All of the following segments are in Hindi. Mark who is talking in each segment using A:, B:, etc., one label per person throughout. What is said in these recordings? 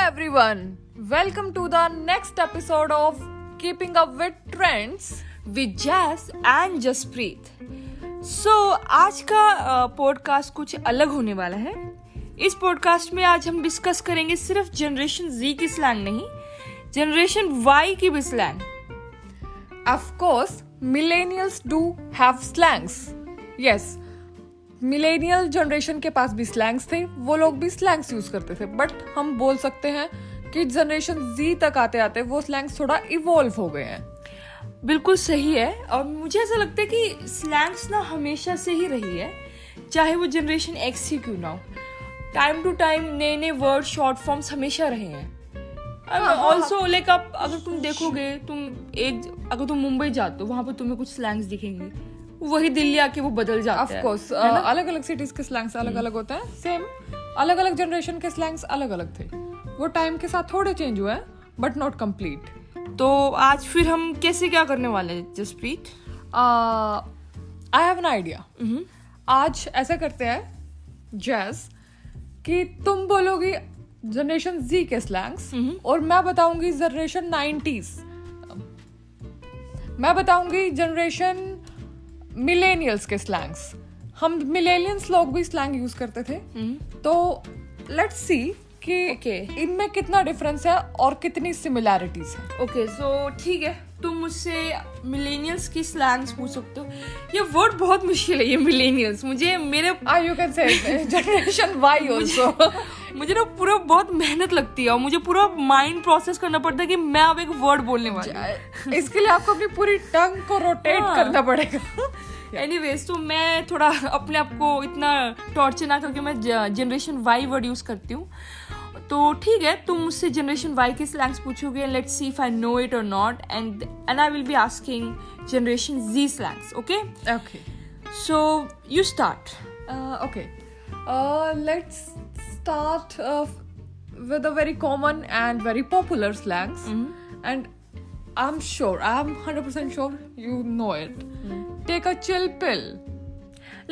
A: everyone. Welcome to the next episode of Keeping Up with Trends.
B: With Jas and Jaspreet so आज का पॉडकास्ट कुछ अलग होने वाला है इस पॉडकास्ट में आज हम डिस्कस करेंगे सिर्फ जनरेशन जी की स्लैंग नहीं जनरेशन वाई की भी slang
A: Of course, millennials do have slangs. Yes, millennial generation के पास भी slangs थे वो लोग भी slangs यूज करते थे बट हम बोल सकते हैं कि जनरेशन Z तक आते आते वो slangs थोड़ा इवॉल्व हो गए हैं
B: बिल्कुल सही है और मुझे ऐसा लगता है कि स्लैंग्स ना हमेशा से ही रही है चाहे वो जनरेशन एक्स ही क्यों ना हो टाइम टू टाइम नए नए वर्ड शॉर्ट फॉर्म्स हमेशा रहे हैं ऑल्सो लाइक आप अगर तुम देखोगे तुम एक अगर तुम मुंबई जाते हो वहां पर तुम्हें कुछ स्लैंग्स दिखेंगे वही दिल्ली आके वो बदल जाते
A: ऑफ
B: हैं
A: कोर्स अलग अलग सिटीज के स्लैंग्स अलग अलग होते हैं सेम अलग अलग जनरेशन के स्लैंग्स अलग अलग थे वो टाइम के साथ थोड़े चेंज हुए हैं बट नॉट कंप्लीट
B: तो आज फिर हम कैसे क्या करने वाले हैं Jaspreet
A: I have an idea
B: Mm-hmm.
A: आज ऐसा करते हैं जैस कि तुम बोलोगी जनरेशन जी के स्लैंग्स
B: Mm-hmm.
A: और मैं बताऊंगी जनरेशन नाइन्टीज मैं बताऊंगी जनरेशन मिलेनियल्स के स्लैंग्स हम मिलेनियल्स लोग भी स्लैंग यूज करते थे तो लेट्स सी कि
B: Mm-hmm. Okay.
A: इनमें कितना डिफरेंस है और कितनी सिमिलैरिटीज है
B: ओके सो ठीक है तुम मुझसे मिलेनियल्स की स्लैंग्स पूछ सकते हो ये वर्ड बहुत मुश्किल है ये मिलेनियल्स मुझे मेरे
A: Ah, you can say generation Y also
B: मुझे ना पूरा बहुत मेहनत लगती है और मुझे पूरा माइंड प्रोसेस करना पड़ता है कि मैं अब एक वर्ड बोलने वाली हूँ
A: इसके लिए आपको अपनी पूरी टंग को रोटेट
B: हाँ।
A: करना पड़ेगा
B: एनीवेज तो मैं थोड़ा अपने आप को इतना टॉर्चर ना करके मैं जनरेशन वाई वर्ड यूज करती हूँ तो ठीक है तुम मुझसे जनरेशन वाई के स्लैंग्स पूछोगे let's see if I know it और not and and I will be asking generation Z slangs okay
A: okay
B: so you start
A: okay let's start with a very common and very popular slangs
B: Mm-hmm.
A: And I am sure I am hundred percent sure you know it
B: Mm-hmm.
A: Take a chill pill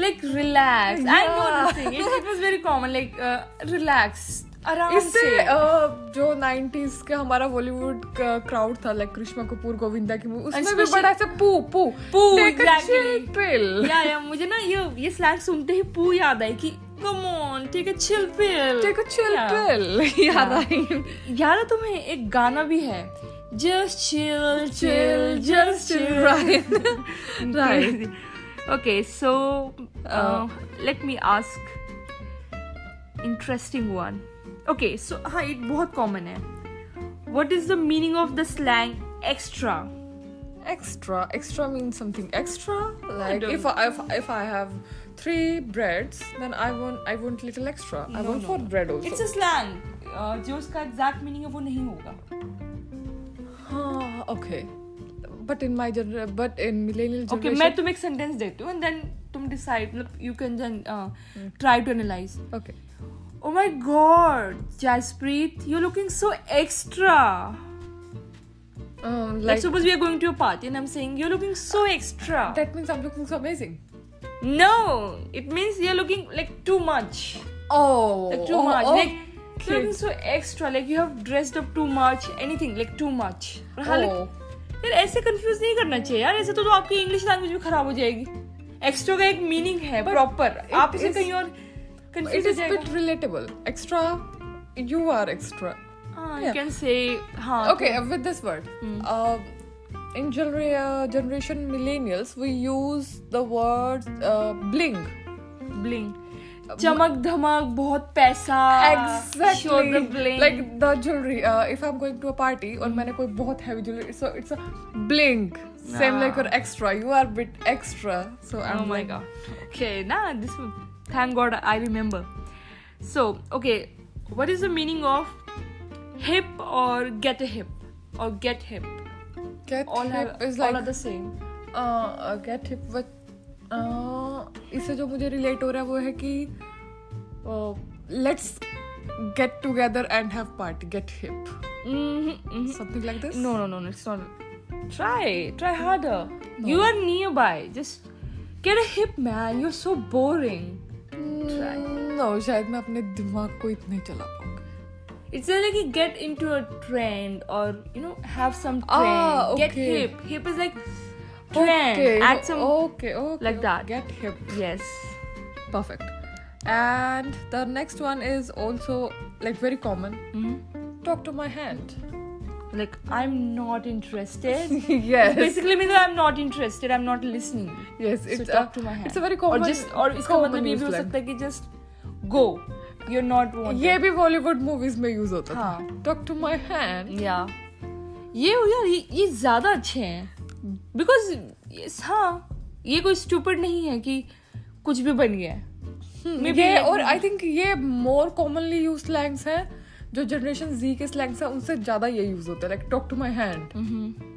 B: like relax I know
A: Yeah.
B: This thing it was very common like relax आराम
A: इससे
B: से
A: uh, जो 90s का हमारा बॉलीवुड क्राउड था लाइक कृष्णा कपूर गोविंदा की मूवी उसमें भी
B: Especially-
A: बड़ा ऐसे पू पू
B: पू,
A: take a chill
B: exactly.
A: Pill
B: या या मुझे ना ये ये स्लैंग सुनते ही पू याद आई कि come on take a chill pill
A: take a chill पिल या राइट
B: याद है तुम्हें एक गाना भी है just chill chill
A: chill, just
B: just
A: chill. Right. right.
B: Okay so uh, Oh. Let me ask interesting one okay so हाँ ये बहुत कॉमन है what is the meaning of the slang extra
A: Extra. Extra means something extra. Like
B: don't-
A: if I if, if I have three breads, then I want I want little extra. I
B: No,
A: want
B: no,
A: four
B: no.
A: bread also.
B: It's a slang Uh, जो उसका एग्जैक्ट मीनिंग है वो नहीं होगा
A: Ah, okay. But in my gener- but in millennial
B: okay
A: generation.
B: मैं तुम्हें एक सेंटेंस देती हूँ एंड देन तुम डिसाइड मतलब you can then try to analyse
A: Okay.
B: Oh my god, Jaspreet, you're looking so extra.
A: Um,
B: Like,
A: like
B: suppose we are going to a party and I'm saying you're looking so extra.
A: that means I'm looking so amazing.
B: no, it means you're looking like too much.
A: Oh.
B: Like too much. Like you're looking so extra. Like you have dressed up too much. Anything like too much. और
A: Oh.
B: हालांकि- यार ऐसे कंफ्यूज नहीं करना चाहिए यार ऐसे तो, तो आपकी इंग्लिश लैंग्वेज भी खराब हो जाएगी एक्स्ट्रा का एक मीनिंग है
A: But
B: प्रॉपर
A: it
B: आप इसे
A: is-
B: कहीं और
A: it
B: कंफ्यूज हो
A: is a bit
B: जाएगा
A: relatable. Extra. You are extra.
B: हाँ यू
A: yeah.
B: कैन से हाँ
A: okay uh, with this word um, in genera- uh, generation millennials we use the word uh, bling
B: bling चमक धमक बहुत पैसा
A: Uh, exactly
B: bling
A: like the jewelry uh, if i'm going to a party or मैंने कोई बहुत heavy jewelry so it's a bling same like your extra you are a bit extra so
B: Ah. oh
A: i'm
B: my
A: like
B: god okay nah this one thank god i remember so okay what is the meaning of hip or get a hip or get hip
A: get
B: all
A: hip
B: have,
A: is
B: all
A: like
B: are the same
A: uh, uh, get hip with uh, इससे जो मुझे relate हो रहा है वो है कि uh, let's get together and have party get hip
B: hmm
A: Mm-hmm,
B: hmm
A: something like this
B: no no no no, it's not try try harder you are nearby just get a hip man you're so boring
A: no शायद मैं अपने दिमाग को इतने चला पाऊंगी
B: It's like you get into a trend or you know have some trend.
A: Ah,
B: Get
A: okay.
B: hip. Hip is like trend.
A: Okay, Oh.
B: Add some.
A: okay, okay,
B: like that.
A: Get hip.
B: Yes.
A: Perfect. And the next one is also like very common.
B: Mm-hmm.
A: Talk to my hand.
B: Like I'm not interested.
A: yes.
B: Basically, means I'm not interested. I'm not listening.
A: yes.
B: So
A: It's
B: talk
A: a,
B: to my hand.
A: It's a very common.
B: और just और इसका
A: common
B: मतलब ये भी हो
A: use slang.
B: सकता है कि just go. You're not wanted.
A: ये भी बॉलीवुड मूवीज में यूज होता था
B: हाँ।
A: टॉक टू माय हैंड
B: या ये यार ये, ये ज्यादा अच्छे हैं बिकॉज yes, हाँ ये कोई स्टूपिड नहीं है कि कुछ भी बन गया है Maybe
A: हम्म, ये
B: like-
A: और आई थिंक ये मोर कॉमनली यूज स्लैंग्स हैं जो जनरेशन जी के स्लैंग्स हैं उनसे ज्यादा ये यूज होता है like talk to my hand
B: Mm.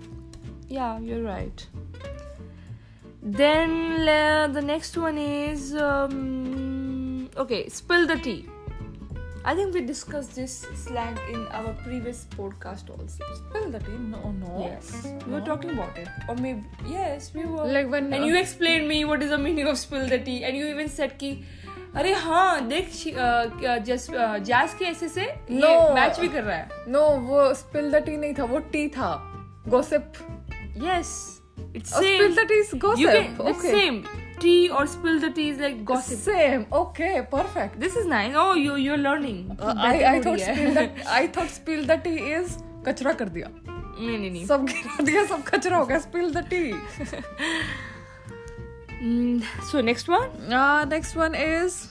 B: Yeah, you're right. Then uh, the next one is um, okay, spill the tea. I think we discussed this slang in our previous podcast also.
A: Spell that in no no
B: we were talking about it, or maybe yes, we were.
A: Like when
B: and you explained me what is the meaning of spill the tea, and you even said ki. अरे हाँ देख uh, जस्ट जैस के ऐसे से
A: No.
B: मैच भी कर रहा है
A: नो वो स्पिल द टी नहीं था वो टी था Uh, gossip
B: yes it's
A: spill the tea is
B: You can
A: gossip
B: the same tea or spill the tea is like gossip.
A: Same okay perfect
B: This is nice. Oh, you you're learning.
A: I I
B: हो
A: थॉट
B: रही Uh, है।
A: Spill the I thought spill the tea is कचरा कर दिया
B: नहीं नहीं नहीं.
A: सब गिरा दिया सब कचरा हो गया spill the tea
B: Mm, so next one.
A: Next one is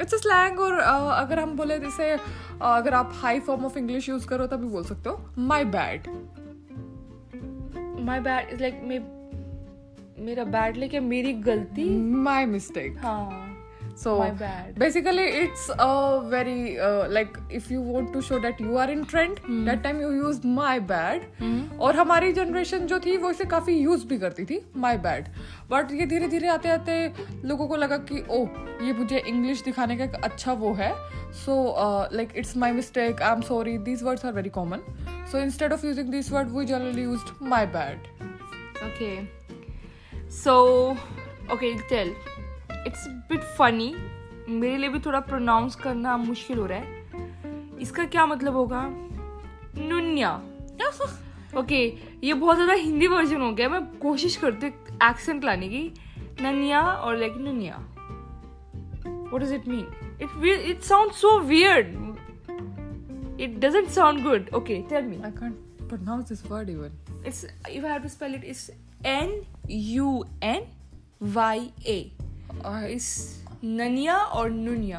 A: it's a slang और uh, अगर हम बोले जैसे uh, अगर आप high form of English use करो तभी बोल सकते हो my bad
B: My bad is like मे मेरा bad like है मेरी गलती.
A: माई मिस्टेक
B: हाँ.
A: So
B: My bad.
A: Basically it's very like if you want to show that you are in trend
B: Hmm.
A: That time you use my bad और हमारी जनरेशन जो थी वो इसे काफी यूज भी करती थी माई बैड बट ये धीरे धीरे आते आते लोगों को लगा कि ओ ये मुझे इंग्लिश दिखाने का एक अच्छा वो है uh, so like it's my mistake I am sorry these words are very common so instead of using this word we generally use my bad
B: Okay. So okay tell. It's a bit funny. मेरे लिए भी थोड़ा pronounce करना मुश्किल हो रहा है. इसका क्या मतलब होगा? नुनिया. ओके ये बहुत ज़्यादा हिंदी वर्जन हो गया मैं कोशिश करती हूँ एक्सेंट लाने की ननिया और like nunya what does it mean it it sound so weird it doesn't sound good okay tell me
A: I can't pronounce this word even
B: it's if I have to spell it it's N U N Y A it's nunya और nunya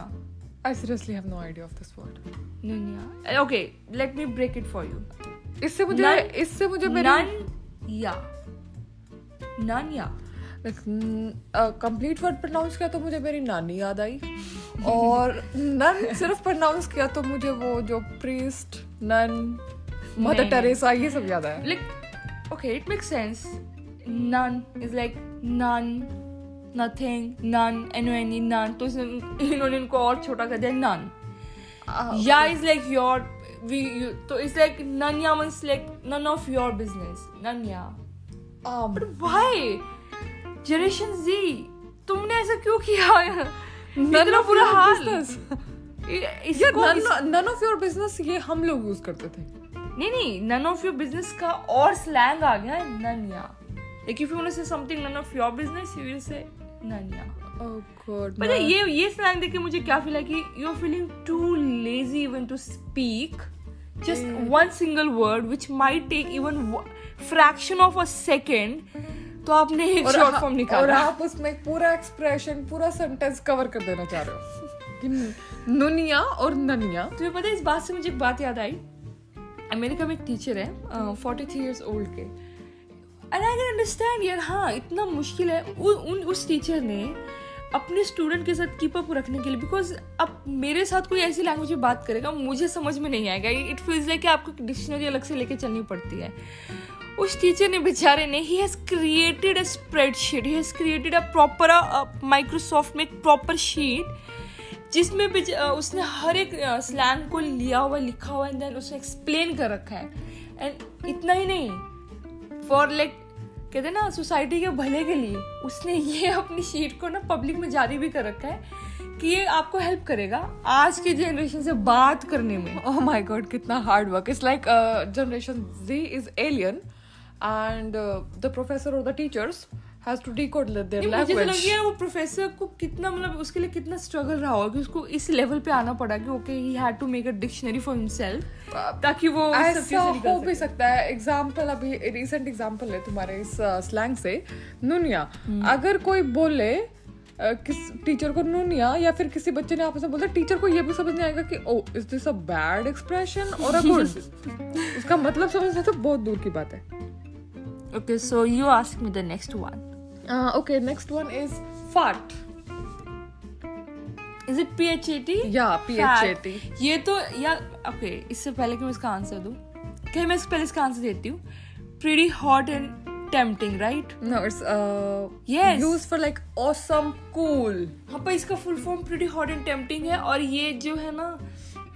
A: I seriously have no idea of this word
B: nunya okay let me break it for you
A: इससे मुझे
B: None-
A: इससे मुझे मेरी
B: nunya nunya
A: complete word pronounce किया तो मुझे मेरी नानी याद आई और नन सिर्फ प्रोनाउंस किया तो मुझे वो जो प्रीस्ट नन मदर
B: नहीं।
A: टेरेसा ये सब याद आया
B: like okay it makes sense none is like none nothing none n-o-n-e none तो इसने- इन्होंने इनको और छोटा कर दिया none
A: आ,
B: या is like your we you तो इट्स लाइक none या means like none of your business none या
A: आम,
B: but why generation z तुमने ऐसा क्यों किया
A: none
B: इतना
A: of
B: बुरा
A: your
B: हाल
A: business।
B: इ-
A: ये
B: इसको इस-
A: none- none of your business ये हम लोग यूज करते थे
B: नहीं नहीं नन ऑफ योर बिजनेस का और स्लैंग आ गया है nunya like if you want to say something none of your business you will say nunya
A: Oh God,
B: पर
A: none.
B: ये ये स्लैंग देख के मुझे क्या फील है कि you are feeling too lazy even to speak just
A: Hmm.
B: One single word which might take even fraction of a second तो आपने एक
A: और
B: शॉर्ट
A: आ-
B: फॉर्म
A: और
B: निकाला
A: आप उसमें एक पूरा एक्सप्रेशन पूरा सेंटेंस कवर कर देना चाह रहे हो कि नुनिया और ननिया
B: तुम्हें पता है इस बात से मुझे एक बात याद आई अमेरिका में एक टीचर है फोर्टी थ्री ईयर्स ओल्ड के एंड आई कैन अंडरस्टैंड यार हाँ इतना मुश्किल है उ, उन उस टीचर ने अपने स्टूडेंट के साथ कीप अप रखने के लिए बिकॉज अब मेरे साथ कोई ऐसी लैंग्वेज में बात करेगा मुझे समझ में नहीं आएगा इट फील्स लाइक कि आपको डिक्शनरी अलग से लेके चलनी पड़ती है उस टीचर ने बेचारे ने he has created a spreadsheet he has created a proper Microsoft में एक प्रॉपर शीट जिसमें भी ज- अ, उसने हर एक स्लैंग को लिया हुआ लिखा हुआ एंड देन उसने एक्सप्लेन कर रखा है एंड इतना ही नहीं फॉर लाइक कहते हैं ना सोसाइटी के भले के लिए उसने ये अपनी शीट को ना पब्लिक में जारी भी कर रखा है कि ये आपको हेल्प करेगा आज के जनरेशन से बात करने में
A: oh my god kitna hard work it's like uh, generation z is alien and uh, the professor or the teachers has to decode le- their
B: नहीं, मुझे तो लग
A: language
B: गया वो प्रोफेसर को कितना मतलब उसके लिए कितना स्ट्रगल रहा होगा कि उसको इस लेवल पे आना पड़ा कि okay he had to make a dictionary for himself ताकि वो तो सब
A: ऐसा
B: चीजें निकाल
A: हो
B: सके।
A: भी सकता है एग्जाम्पल अभी रिसेंट एग्जाम्पल है तुम्हारे इस स्लैंग से नुनिया
B: Hmm.
A: अगर कोई बोले अ, किस टीचर को नूनिया या फिर किसी बच्चे ने आपस में बोला टीचर को ये भी समझ नहीं आएगा कि "Oh, oh is this a bad expression और अ गुड उसका मतलब समझना तो बहुत दूर की बात है
B: Okay, so you ask me the next one. Uh,
A: okay next one is phat
B: Is it PHAT?
A: Yeah,
B: Fat.
A: PHAT.
B: ये तो या ओके इससे पहले कि मैं इसका आंसर दूं क्या मैं इससे पहले इसका आंसर देती हूँ pretty hot and tempting right
A: No, it's uh
B: Yes.
A: used for like awesome cool.
B: हाँ पर इसका full form pretty hot and tempting है और ये जो है ना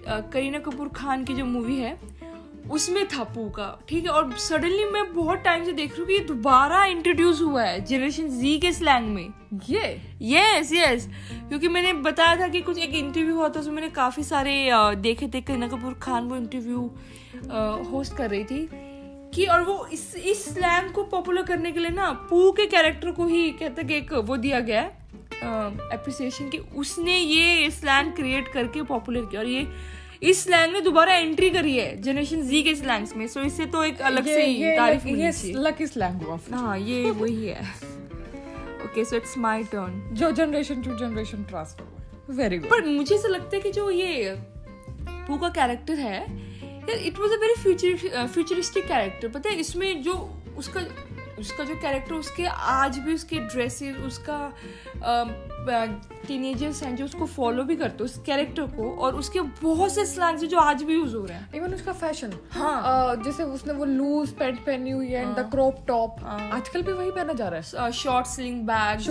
B: अ, करीना कपूर खान की जो मूवी है उसमें था पू का ठीक है और सडनली मैं बहुत टाइम से देख रही हूँ कि ये दोबारा इंट्रोड्यूस हुआ है जनरेशन जी के स्लैंग में
A: Yeah.
B: यस यस क्योंकि मैंने बताया था कि कुछ एक इंटरव्यू हुआ था उसमें मैंने काफ़ी सारे अ, देखे थे करीना कपूर खान वो इंटरव्यू होस्ट कर रही थी कि और वो इस इस स्लैंग को पॉपुलर करने के लिए ना पू के कैरेक्टर को ही कहते कि एक वो दिया गया है अप्रिसिएशन कि उसने ये स्लैंग क्रिएट करके पॉपुलर किया और ये इस स्लैंग ने दोबारा एंट्री करी है जनरेशन जी के स्लैंग्स में सो इससे तो एक अलग से ही तारीफ मिलनी
A: yes,
B: चाहिए
A: lucky slang हुआ.
B: हाँ ये वही है okay so it's my turn
A: जो generation to generation transfer हुआ. Very good.
B: पर मुझे ऐसा लगता है कि जो ये पू का कैरेक्टर है यार it was a very future futuristic character uh, पता है इसमें जो उसका उसका जो कैरेक्टर उसके आज भी उसके ड्रेसेस उसका टीनेजर्स हैं जो उसको फॉलो भी करते हैं उस कैरेक्टर को और उसके बहुत से स्लैंग्स हैं जो आज भी यूज हो रहे हैं
A: इवन उसका फैशन
B: हाँ।
A: जैसे उसने वो लूज पैंट पहनी हुई है एंड द क्रॉप टॉप आजकल भी वही पहना जा रहा है
B: short sling bag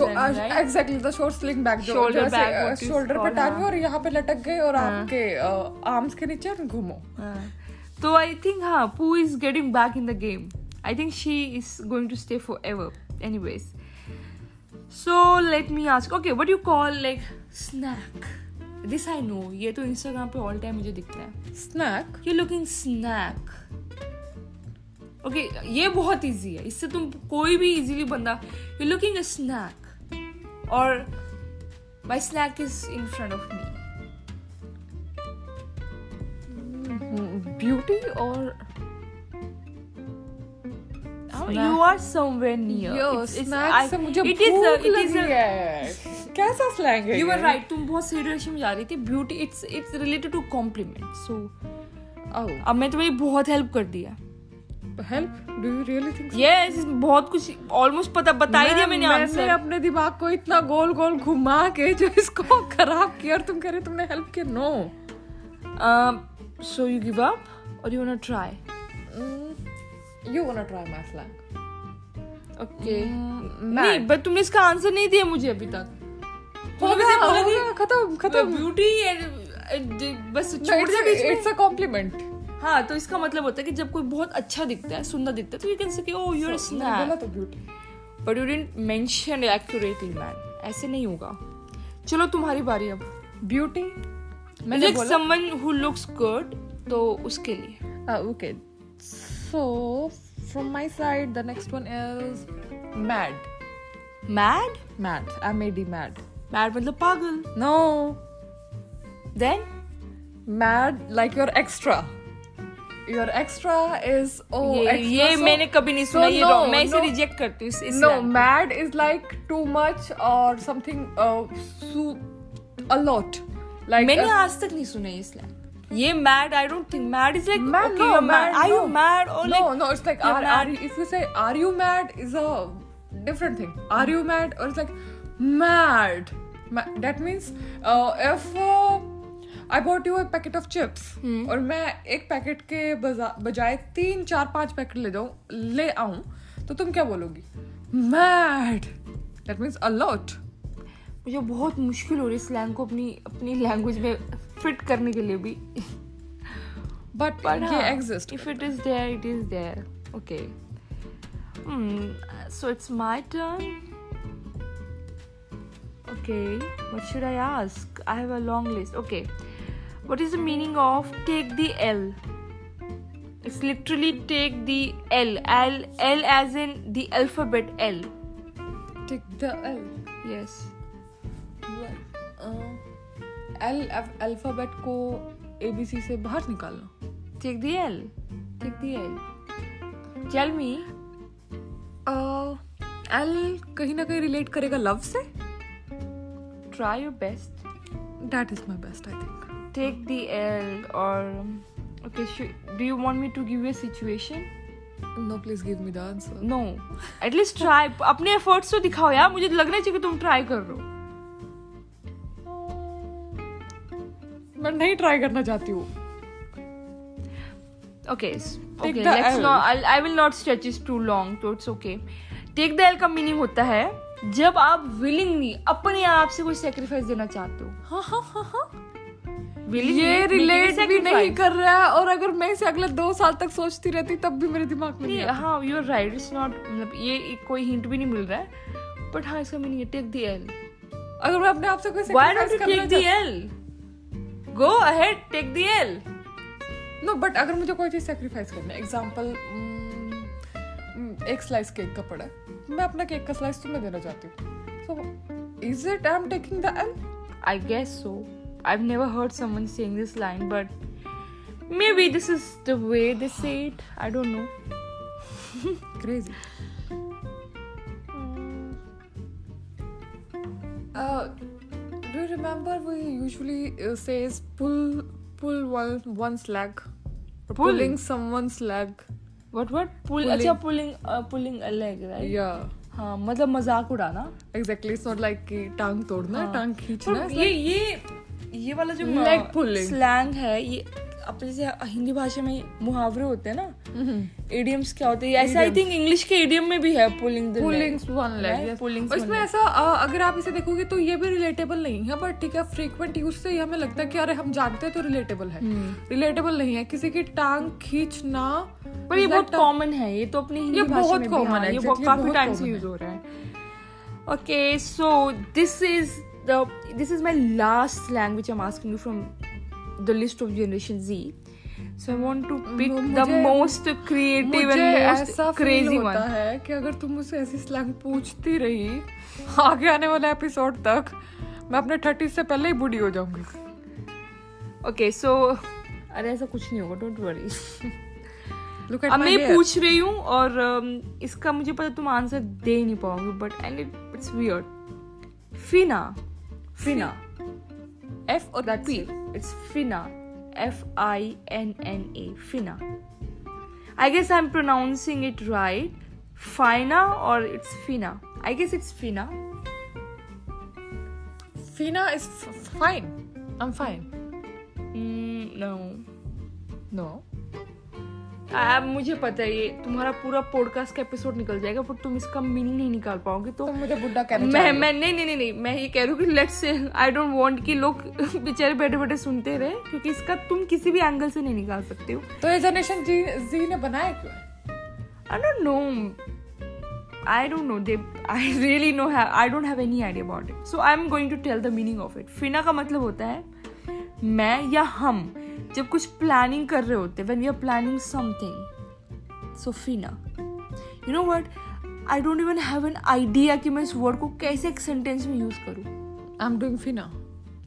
A: exactly the short sling bag
B: Shoulder bag, what is
A: shoulder uh, पे
B: called,
A: टांगे
B: हाँ।
A: और यहाँ पे लटक गए और आपके आर्म्स के नीचे और घूमो
B: तो आई थिंक हाँ Poo is getting back in the game I think she is going to stay forever anyways so let me ask okay what you call like snack this I know ये तो इंस्टाग्राम पे ऑल टाइम मुझे दिखता है
A: snack
B: you looking snack okay ये बहुत इजी है इससे तुम कोई भी इजीली बंदा यू लुकिंग अ स्नैक और my snack is in front of me
A: beauty और Snack.
B: Oh, You are somewhere near.
A: Yo
B: It's- it's-
A: snack
B: I-
A: से मुझे
B: it is a-
A: भूख
B: it is
A: लगी
B: a-
A: है कैसा स्लैंग है
B: You were
A: ये?
B: right. तुम बहुत सही डायरेक्शन में जा रही थी beauty it's it's related to compliment so
A: Oh,
B: अब मैं तुम्हें बहुत हेल्प कर दिया
A: help? Do you really think so?
B: Yes बहुत कुछ ऑलमोस्ट पता बता ही दिया
A: मैम,
B: मैंने
A: मैंने
B: आंसर
A: अपने दिमाग को इतना गोल गोल घुमा के जो इसको खराब किया और तुम कह रहे हो तुमने हेल्प किया no
B: so you give up और you want try
A: you want try my slang Eh,
B: okay Mm, नहीं
A: मैम
B: बट तुमने इसका आंसर नहीं दिया मुझे अभी तक
A: तो
B: तुमने वैसे बोला
A: हाँ,
B: कि
A: खत्म खत्म
B: ब्यूटी बस छोड़ दिया बीच में
A: इट्स अ कॉम्प्लीमेंट
B: हाँ तो इसका मतलब होता है कि जब कोई बहुत अच्छा दिखता है सुंदर दिखता है तो you can say oh your snap
A: बोला तो beauty
B: but you didn't mention accurately man ऐसे नहीं होगा चलो तुम्हारी बारी अब
A: ब्यूटी मैंने
B: मैंने
A: बोला
B: समवन हु लुक्स गुड तो उसके लिए
A: okay so from my side the next one is mad
B: mad
A: mad I may D mad
B: mad मतलब पागल
A: no
B: then
A: mad like you're extra your extra is oh
B: ये,
A: extra,
B: ये
A: so-
B: मैंने कभी नहीं
A: so
B: सुना ये
A: no,
B: wrong- मैं इसे
A: no,
B: रिजेक्ट करती हूँ इस, इस
A: no
B: line को।
A: mad is like too much or something uh, su- a lot like
B: मैंने
A: uh,
B: आज तक नहीं सुना ये स्लैंग ये mad I don't think mad is like
A: mad no mad no.
B: Are you mad और
A: no
B: like
A: no it's like
B: you're
A: are,
B: mad.
A: are you- if you say are you mad is a different thing are you mad or it's like mad Ma- that means uh, if uh, I bought you a packet of chips और मैं एक पैकेट के बजा- बजाय तीन चार पांच पैकेट ले जाऊं ले आऊं तो तुम क्या बोलोगी mad that means a lot
B: मुझे बहुत मुश्किल हो रही है स्लैंग को अपनी अपनी लैंग्वेज में फिट करने के लिए भी
A: बट
B: But
A: ये
B: huh,
A: exist
B: If it is there, it is there. Okay. Hmm. So it's my turn. Okay, what should I ask? I have a long list. Okay, what is the meaning of take the L? It's literally take the L. L, L as in the alphabet L.
A: Take the uh, L.
B: Yes.
A: L alphabet को एबीसी से बाहर निकालना
B: Take the L. Take the L. Tell me.
A: L Uh, कहीं ना कहीं रिलेट करेगा लव से
B: Try your best.
A: That is my best I think
B: Take the L or okay. Should, do you want me to give you a situation?
A: No please give me the answer
B: no at least try अपने एफर्ट्स तो दिखाओ यार मुझे लगना चाहिए कि तुम ट्राई कर रहे हो
A: मैं नहीं ट्राई करना चाहती हूँ
B: okay
A: Take
B: okay
A: the
B: let's
A: L.
B: Not I will not stretch it too long तो it's okay take the L का मीनिंग होता है जब आप विलिंगली अपने आप से कोई सेक्रीफाइस देना चाहते हो
A: हाँ हाँ हाँ हाँ
B: Willingly
A: ये
B: making a
A: रिलेट भी नहीं
B: sacrifice.
A: कर रहा है और अगर मैं इसे अगले दो साल तक सोचती रहती तब भी मेरे दिमाग में नहीं
B: नहीं,
A: आता।
B: हाँ you are right it's not मतलब ये कोई हिंट भी नहीं मिल रहा है बट हाँ इसका मीनिंग है टेक द एल
A: अगर मैं अपने आप से कोई
B: व्हाई डोंट
A: sacrifice
B: यू
A: करना
B: take the L go ahead take the L
A: no but अगर मुझे कोई चीज सेक्रीफाइस करना है एग्जाम्पल एक स्लाइस केक का पड़ा है मैं अपना केक का स्लाइस तुम्हें देना चाहती हूँ so is it I am taking the L
B: I guess so. I've never heard someone saying this line, but maybe this is the way they say it. I don't know.
A: Crazy
B: Hmm.
A: Uh, do remember we usually says pull pull one once leg
B: Pull.
A: Pulling someone's leg
B: What what? Pull,
A: Pulling.
B: अच्छा pulling uh, pulling a leg right?
A: या
B: हाँ मतलब मजाक उड़ाना.
A: एग्जैक्टली इट्स नॉट लाइक कि टांग तोड़ना
B: हाँ।
A: टांग खींचना
B: पर
A: it's
B: ये
A: like-
B: ये ये वाला जो
A: Leg pulling.
B: स्लैंग है ये अपने जैसे हिंदी भाषा में मुहावरे होते हैं ना
A: हम्म।
B: इडियम्स क्या होते हैं ऐसा आई थिंक इंग्लिश के इडियम में भी है pulling the
A: pullings one
B: Right,
A: leg
B: pullings one
A: इसमें
B: leg.
A: ऐसा अ, अगर आप इसे देखोगे तो ये भी रिलेटेबल नहीं है बट ठीक है फ्रीक्वेंट यूज से ये हमें लगता है कि अरे हम जानते हैं तो रिलेटेबल है रिलेटेबल नहीं है किसी की टांग खींचना
B: पर ये
A: like
B: बहुत
A: टांग-
B: कॉमन है ये तो अपनी हिंदी
A: ये
B: भाषा
A: बहुत
B: में भी,
A: common
B: हाँ,
A: है,
B: ये
A: exactly,
B: बहुत काफी
A: बहुत
B: टाइम से
A: common
B: यूज हो रहा है okay so this is the this is my last language I am asking you from the list of generation Z so I want to pick the
A: मुझे-
B: मोस्ट क्रिएटिव
A: मुझे
B: एंड
A: ऐसा
B: मोस्ट
A: क्रेजी
B: क्रेजी
A: होता
B: वन
A: है कि अगर तुम मुझसे ऐसी स्लैंग पूछती रही आगे आने वाले एपिसोड तक मैं अपने थर्टीज से पहले ही बूढ़ी हो जाऊंगी
B: ओके सो अरे ऐसा कुछ नहीं होगा डोंट वरी
A: लुक एट
B: अब
A: माय
B: मैं पूछ रही हूँ और um, इसका मुझे पता तुम आंसर दे ही नहीं पाओगे but and it's weird finna finna
A: F और
B: That's
A: P
B: it. It's Fina. F I N N A. Fina. I guess I'm pronouncing it right. Fina or it's Fina. I guess it's Fina.
A: Finna is fine I am fine
B: Mm, no.
A: No
B: अब मुझे पता है ये तुम्हारा पूरा पॉडकास्ट का एपिसोड निकल जाएगा पर तुम इसका मीनिंग नहीं निकाल पाओगे तो
A: तुम मुझे बुढ़ा कहना
B: मैं मैं नहीं नहीं नहीं नहीं मैं ये कह रही हूँ कि let's say I don't want कि लोग बेचारे बैठे बैठे सुनते रहे क्योंकि इसका तुम किसी भी एंगल से नहीं निकाल सकते हो
A: तो ये जनरेशन जी जी ने बनाया क्यों है?
B: I don't know. I don't know. They, I really know. Have, I don't have any idea about it. So I'm going to tell the meaning of it. फिना का मतलब होता है मैं या हम जब कुछ प्लानिंग कर रहे होते when we are planning something. So फिना. You know what? I don't even have an idea कि मैं इस word को कैसे एक sentence में use करूँ.
A: I'm doing Fina.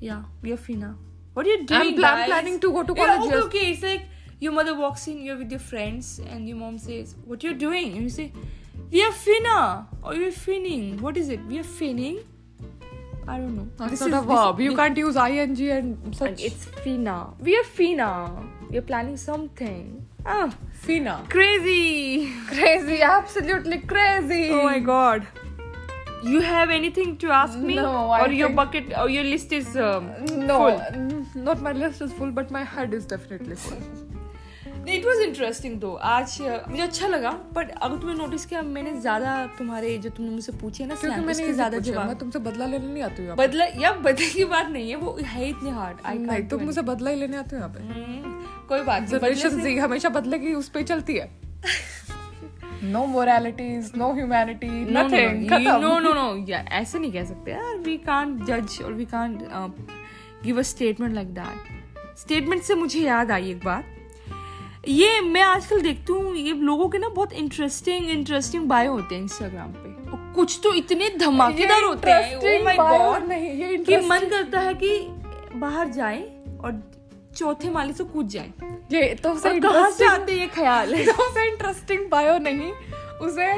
B: Yeah, we are Fina. What are you doing,
A: I'm plan-
B: guys?
A: planning to go to
B: Yeah,
A: college,
B: okay,
A: yes.
B: okay. It's like your mother walks in, you're with your friends, and your mom says, "What you're doing?" And you say, "We are Fina," or "We're finning." What is it? We are finning. I don't know.
A: That's
B: This
A: not a
B: is- this-
A: verb. You can't use ing and
B: And
A: such.
B: It's Fina. We are Fina. We're planning something. Ah,
A: Fina.
B: crazy!
A: Crazy. Absolutely crazy.
B: Oh my god. You have anything to ask me?
A: No,
B: or
A: I
B: your
A: think- Mm,
B: bucket or your list is um,
A: No,
B: full.
A: n- not my list is full, but my head is definitely full.
B: It was interesting though आज uh, मुझे अच्छा लगा बट अगर तुमने नोटिस किया मैंने ज्यादा तुम्हारे जो तुमने मुझसे पूछे ना
A: क्योंकि
B: slang,
A: मैंने
B: उसके
A: ये ज्यादा
B: ज्यादा
A: पूछा मैं
B: जवाब
A: तुमसे बदला लेने नहीं आती हूँ यहाँ
B: बदला या बदले की बात नहीं है वो है इतने हार्ड
A: पे।
B: आई
A: नहीं तुम मुझे बदला ही लेने आते हो यहाँ पे
B: हम्म, कोई बात नहीं बदले
A: जनरेशन
B: से-
A: जी हमेशा बदले की उस पे ही चलती है no moralities no humanity
B: No, no,
A: nothing
B: no, you-
A: खत्म
B: no, no, no, yeah, ऐसे नहीं कह सकते यार वी कांट जज और uh, we can't give a statement like that statement से मुझे याद आई एक बात ये मैं आजकल देखती हूँ ये लोगों के ना बहुत इंटरेस्टिंग इंटरेस्टिंग बायो होते हैं इंस्टाग्राम पे और कुछ तो इतने धमाकेदार
A: ये
B: होते हैं oh
A: interesting
B: my
A: bio
B: God,
A: नहीं, ये
B: कि
A: interesting-
B: मन करता है कि बाहर जाए और चौथे माले से कूद जाए
A: ये तो
B: और कहाँ से आते हैं ये ख्याल
A: तो उसे इंटरेस्टिंग बायो नहीं उसे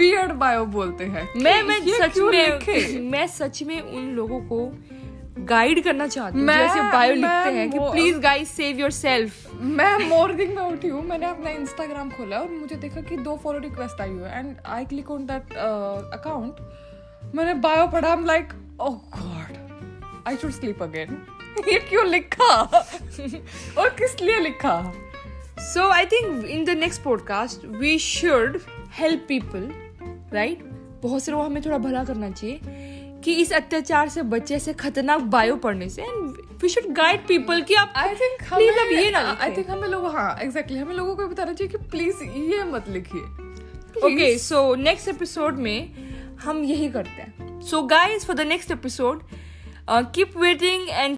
A: वियर्ड बायो बोलते हैं
B: मैं मैं
A: ये
B: सच
A: क्यों लिखे?
B: में मैं सच में उन लोगों को गाइड करना चाहती हूँ
A: मैं-
B: जैसे बायो
A: मैं
B: लिखते हैं कि
A: वो-
B: प्लीज गाइस सेव योरसेल्फ
A: मैं मॉर्निंग में उठी हूँ मैंने अपना इंस्टाग्राम खोला और मुझे देखा कि दो फॉलो रिक्वेस्ट आई हुई है and I click on that account uh, मैंने बायो पढ़ा "Oh I am like oh God I should sleep again ये क्यों लिखा और किस लिए लिखा
B: so I think in the next podcast we should help people right बहुत से लोग हमें थोड़ा भला करना चाहिए कि इस अत्याचार से बचे ऐसे खतरनाक बायो पढ़ने से and we should guide people कि आप
A: आई थिंक
B: Please अब
A: हमें
B: ये ना लिखें।
A: आई थिंक हमें लोगों हाँ एग्जैक्टली हमें लोगों को ये बताना चाहिए कि प्लीज ये मत लिखिए
B: ओके सो नेक्स्ट एपिसोड में uh, हम यही करते हैं so guys for the next episode keep waiting and